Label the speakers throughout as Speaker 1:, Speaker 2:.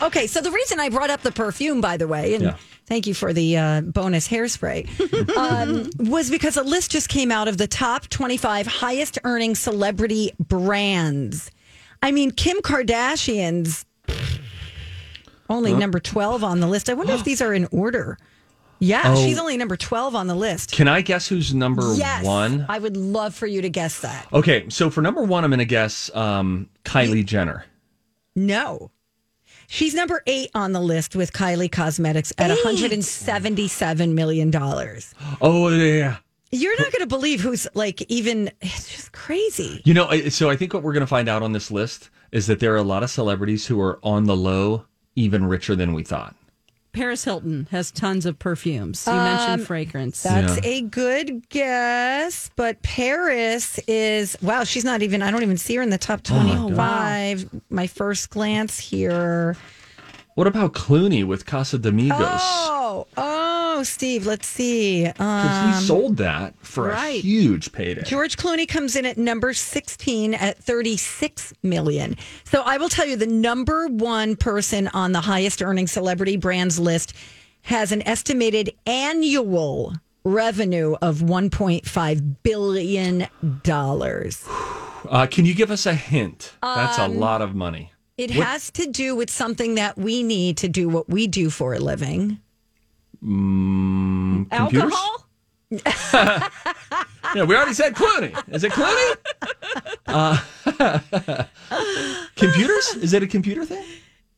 Speaker 1: Okay, so the reason I brought up the perfume, by the way, and
Speaker 2: Yeah.
Speaker 1: thank you for the uh, bonus hairspray, um, was because a list just came out of the top 25 highest earning celebrity brands. I mean, Kim Kardashian's only number 12 on the list. I wonder if these are in order. Yeah,
Speaker 2: Oh.
Speaker 1: she's only number 12 on the list.
Speaker 2: Can I guess who's number
Speaker 1: Yes.
Speaker 2: one?
Speaker 1: I would love for you to guess that.
Speaker 2: Okay, so for number one, I'm going to guess um, Kylie Jenner.
Speaker 1: No. She's number eight on the list with Kylie Cosmetics at $177 million.
Speaker 2: Oh yeah, yeah, yeah.
Speaker 1: You're not going to believe who's like even. It's just crazy.
Speaker 2: You know, I- so I think what we're going to find out on this list is that there are a lot of celebrities who are on the low, even richer than we thought.
Speaker 3: Paris Hilton has tons of perfumes. You mentioned fragrance.
Speaker 1: That's a good guess, but Paris is wow. She's not even. I don't even see her in the top twenty-five. my first glance here.
Speaker 2: What about Clooney with Casa Domingos?
Speaker 1: Oh, oh, Steve. Let's see. Um,
Speaker 2: 'Cause he sold that for a
Speaker 3: right.
Speaker 2: huge payday.
Speaker 1: George Clooney comes in at number 16 at 36 million. So I will tell you the number one person on the highest earning celebrity brands list has an estimated annual revenue of $1.5 billion.
Speaker 2: Uh, can you give us a hint? That's
Speaker 1: Um,
Speaker 2: a lot of money.
Speaker 1: It has to do with something that we need to do what we do for a living.
Speaker 2: Computers? Yeah, we already said Clooney. Is it Clooney? uh, computers? Is it a computer thing?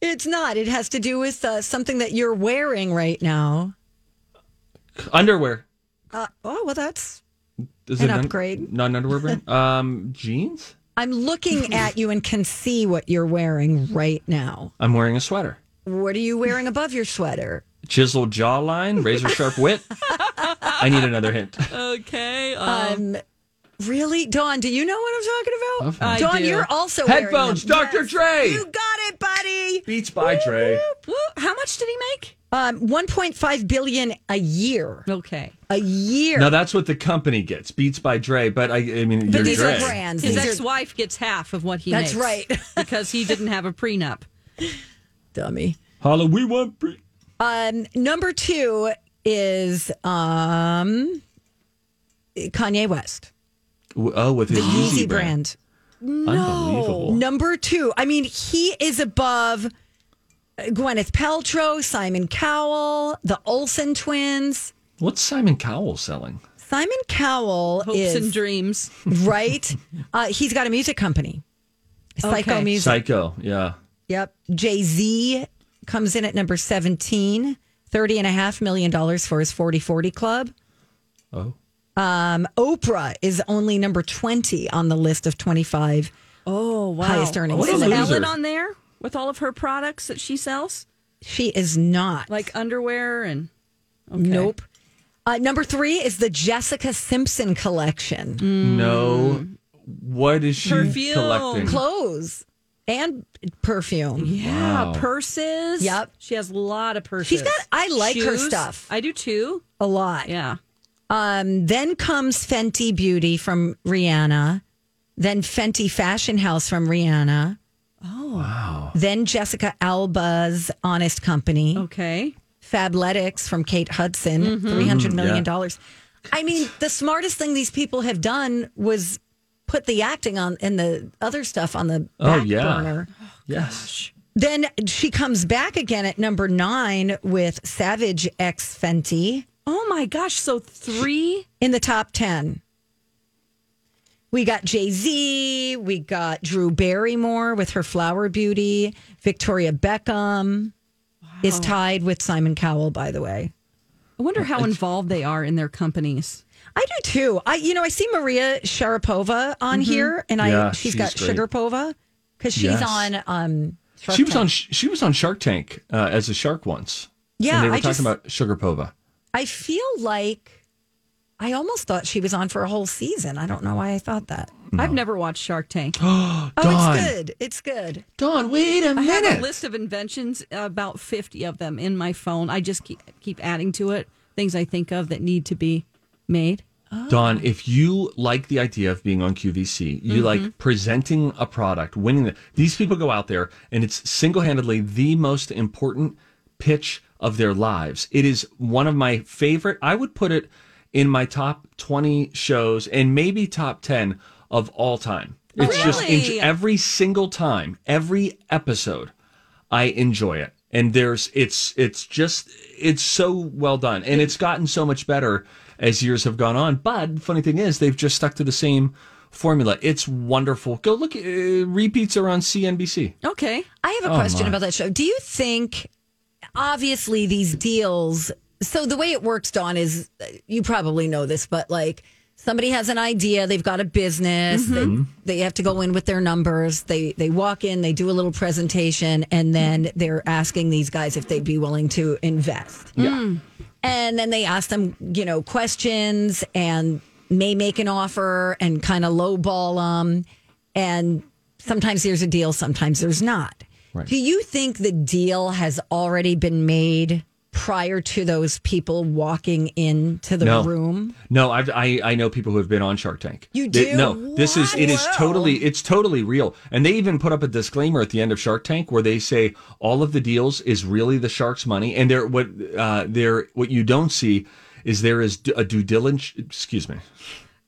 Speaker 1: It's not. It has to do with uh, something that you're wearing right now.
Speaker 2: Underwear.
Speaker 1: Uh, oh, well, that's
Speaker 2: Is
Speaker 1: An
Speaker 2: it
Speaker 1: upgrade.
Speaker 2: Non underwear brand? um, jeans?
Speaker 1: I'm looking at you and can see what you're wearing right now.
Speaker 2: I'm wearing a sweater.
Speaker 1: What are you wearing above your sweater?
Speaker 2: Chiseled jawline, razor sharp wit. I need another hint.
Speaker 3: Okay.
Speaker 1: Um, really, Dawn? Do you know what I'm talking about? Uh,
Speaker 3: I
Speaker 1: Dawn,
Speaker 3: do.
Speaker 1: you're also
Speaker 2: Headphones,
Speaker 1: Wearing them.
Speaker 2: Dr. Dre.
Speaker 1: You got it, buddy.
Speaker 2: Beats by Dre.
Speaker 3: Woo, how much did he make?
Speaker 1: Um, 1.5 billion a year.
Speaker 3: Okay.
Speaker 1: A year.
Speaker 2: Now that's what the company gets. Beats by Dre, but I, I mean,
Speaker 1: but
Speaker 2: you're
Speaker 1: these
Speaker 2: Dre.
Speaker 1: are brands.
Speaker 3: His
Speaker 1: These are
Speaker 3: ex-wife gets half of what he
Speaker 1: That's
Speaker 3: makes.
Speaker 1: right.
Speaker 3: because he didn't have a prenup.
Speaker 1: dummy.
Speaker 2: Holla, we want. Bre-
Speaker 1: Um, number two is um, Kanye West,
Speaker 2: oh, with his
Speaker 1: the
Speaker 2: Yeezy
Speaker 1: Yeezy brand.
Speaker 2: Unbelievable.
Speaker 1: Number two, I mean, he is above uh, Gwyneth Paltrow, Simon Cowell, the Olsen twins.
Speaker 2: What's Simon Cowell selling?
Speaker 1: Simon Cowell
Speaker 3: Hopes and
Speaker 1: is
Speaker 3: dreams.
Speaker 1: right. Uh, he's got a music company, Psycho
Speaker 3: Okay.
Speaker 1: Music.
Speaker 2: Psycho. Yeah.
Speaker 1: Yep. Jay Z comes in at number 17, $30.5 million dollars for his 40 40 club.
Speaker 2: Oh.
Speaker 1: Um, Oprah is only number 20 on the list of 25
Speaker 3: Oh wow.
Speaker 1: highest earning
Speaker 2: What a
Speaker 3: Is
Speaker 2: loser.
Speaker 1: celebrities.
Speaker 3: Ellen on there with all of her products that she sells,
Speaker 1: She is not.
Speaker 3: like underwear and? Okay.
Speaker 1: Nope. Uh, number three is the Jessica Simpson collection
Speaker 3: Mm.
Speaker 2: No.
Speaker 1: Mm.
Speaker 2: What is she
Speaker 3: Perfume.
Speaker 2: collecting?
Speaker 1: clothes and perfume.
Speaker 3: Yeah, purses.
Speaker 1: Yep.
Speaker 3: She has a lot of purses.
Speaker 1: She's got- I like her
Speaker 3: Shoes.
Speaker 1: stuff.
Speaker 3: I do too.
Speaker 1: A lot.
Speaker 3: Yeah.
Speaker 1: Um, then comes Fenty Beauty from Rihanna, then Fenty Fashion House from Rihanna. Oh. Wow. Then Jessica Alba's Honest Company,
Speaker 3: Okay.
Speaker 1: Fabletics from Kate Hudson,
Speaker 2: Mm-hmm.
Speaker 1: $300 million. I mean, the smartest thing these people have done was put the acting on and the other stuff on the
Speaker 2: Oh,
Speaker 1: back
Speaker 2: yeah.
Speaker 1: burner.
Speaker 2: Yes.
Speaker 1: Then she comes back again at number nine with Savage X Fenty
Speaker 3: Oh my gosh. So three.
Speaker 1: in the top 10. We got Jay Z. We got Drew Barrymore with her flower beauty. Victoria Beckham is tied with Simon Cowell, by the way.
Speaker 3: I wonder how involved they are in their companies.
Speaker 1: I do too. I, you know, I see Maria Sharapova on here, and I
Speaker 2: Mm-hmm. Yeah,
Speaker 1: she's
Speaker 2: she's
Speaker 1: got
Speaker 2: great.
Speaker 1: Sugarpova because she's
Speaker 2: Yes.
Speaker 1: on. um Shark
Speaker 2: She was
Speaker 1: Tank.
Speaker 2: on she was on Shark Tank uh, as a shark once.
Speaker 1: Yeah,
Speaker 2: and they were
Speaker 1: I
Speaker 2: talking
Speaker 1: just-
Speaker 2: about Sugar Pova.
Speaker 1: I feel like I almost thought she was on for a whole season. I don't know why I thought that.
Speaker 3: I've never watched Shark Tank.
Speaker 1: Oh,
Speaker 2: Dawn.
Speaker 1: it's good. It's good.
Speaker 2: Dawn, wait a
Speaker 3: I
Speaker 2: minute.
Speaker 3: have a list of inventions, about 50 of them in my phone. I just keep, keep adding to it things I think of that need to be made.
Speaker 2: Don, if you like the idea of being on QVC,
Speaker 1: Mm-hmm.
Speaker 2: you like presenting a product, winning the, these people go out there and it's single-handedly the most important pitch of their lives. It is one of my favorite. I would put it in my top 20 shows and maybe top 10 of all time. It's just
Speaker 3: Really?
Speaker 2: in, every single time, every episode, I enjoy it. And there's it's it's just it's so well done. And it's gotten so much better as years have gone on. But funny thing is they've just stuck to the same formula. It's wonderful. Go look at uh, repeats are on CNBC.
Speaker 3: Okay.
Speaker 1: I have a
Speaker 2: Oh,
Speaker 1: question
Speaker 2: my.
Speaker 1: about that show. Do you think, obviously, these deals? So the way it works, Dawn, is uh, you probably know this, but like somebody has an idea, they've got a business,
Speaker 2: Mm-hmm.
Speaker 1: they, they have to go in with their numbers. They they walk in, they do a little presentation, and then they're asking these guys if they'd be willing to invest. Yeah. And then they ask them, you know, questions and may make an offer and kind of lowball them. And sometimes there's a deal, sometimes there's not. Do you think the deal has already been made prior to those people walking into the
Speaker 2: No.
Speaker 1: room?
Speaker 2: No, I've, I I know people who have been on Shark Tank.
Speaker 1: You
Speaker 2: They-
Speaker 1: do?
Speaker 2: no, this is it is
Speaker 1: Wow.
Speaker 2: totally it's totally real, and they even put up a disclaimer at the end of Shark Tank where they say all of the deals is really the shark's money, and they're what uh, they're what you don't see is there is d- a due diligence. Excuse me.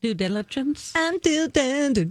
Speaker 3: Due diligence.
Speaker 1: I'm too tender.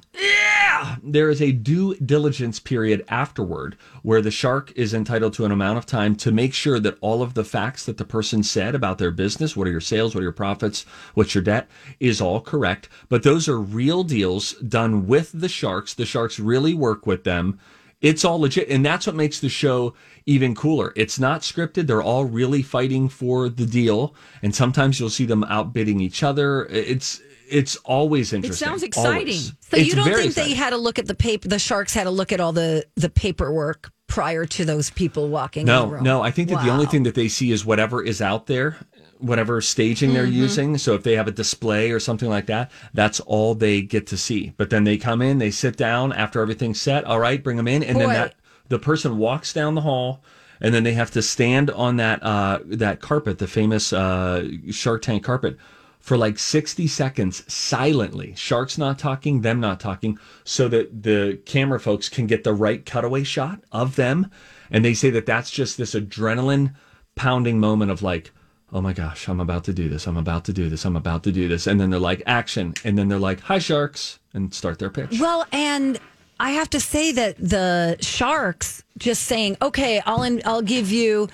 Speaker 2: There is a due diligence period afterward where the shark is entitled to an amount of time to make sure that all of the facts that the person said about their business, what are your sales, what are your profits, what's your debt, is all correct. But those are real deals done with the sharks. The sharks really work with them. It's all legit. And that's what makes the show even cooler. It's not scripted. They're all really fighting for the deal. And sometimes you'll see them outbidding each other. It's, it's always interesting.
Speaker 3: sounds
Speaker 2: Always.
Speaker 3: exciting.
Speaker 1: So
Speaker 2: It's
Speaker 1: you don't
Speaker 2: very
Speaker 1: think
Speaker 2: exciting.
Speaker 1: they had a look at the paper? The sharks had a look at all the the paperwork prior to those people walking. in the
Speaker 2: No,
Speaker 1: room?
Speaker 2: no. I think that the only
Speaker 1: Wow.
Speaker 2: thing that they see is whatever is out there, whatever staging they're
Speaker 1: Mm-hmm.
Speaker 2: using. So if they have a display or something like that, that's all they get to see. But then they come in, they sit down after everything's set. All right, bring them in, and then
Speaker 1: Boy.
Speaker 2: that the person walks down the hall. And then they have to stand on that uh, that carpet, the famous uh, Shark Tank carpet, for like sixty seconds silently. Sharks not talking, them not talking, so that the camera folks can get the right cutaway shot of them and they say that that's just this adrenaline pounding moment of like oh my gosh i'm about to do this i'm about to do this i'm about to do this and then they're like action and then they're like hi sharks and start their pitch
Speaker 1: Well, and I have to say that the sharks just saying, "Okay, I'll in, I'll give you,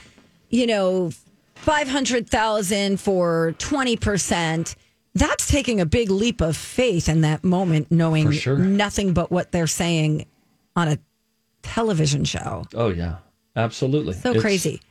Speaker 1: you know, five hundred thousand for twenty percent." That's taking a big leap of faith in that moment, knowing
Speaker 2: For sure.
Speaker 1: nothing but what they're saying on a television show.
Speaker 2: oh yeah absolutely
Speaker 1: So crazy.